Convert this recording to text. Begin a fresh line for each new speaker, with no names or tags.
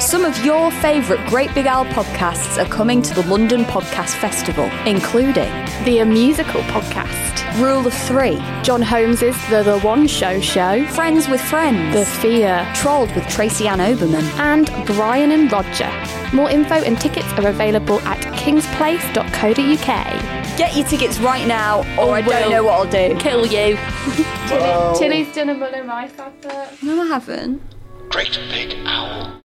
Some of your favourite Great Big Owl podcasts are coming to the London Podcast Festival, including
The A Musical Podcast,
Rule of Three,
John Holmes's The The One Show Show,
Friends with Friends,
The Fear,
Trolled with Tracy Ann Oberman,
and Brian and Roger. More info and tickets are available at kingsplace.co.uk.
Get your tickets right now, or I
will.
don't know what I'll do.
Oh, Kill you.
Wow.
Tilly's done a Bull and Rice advert.
No, I haven't.
Great Big Owl.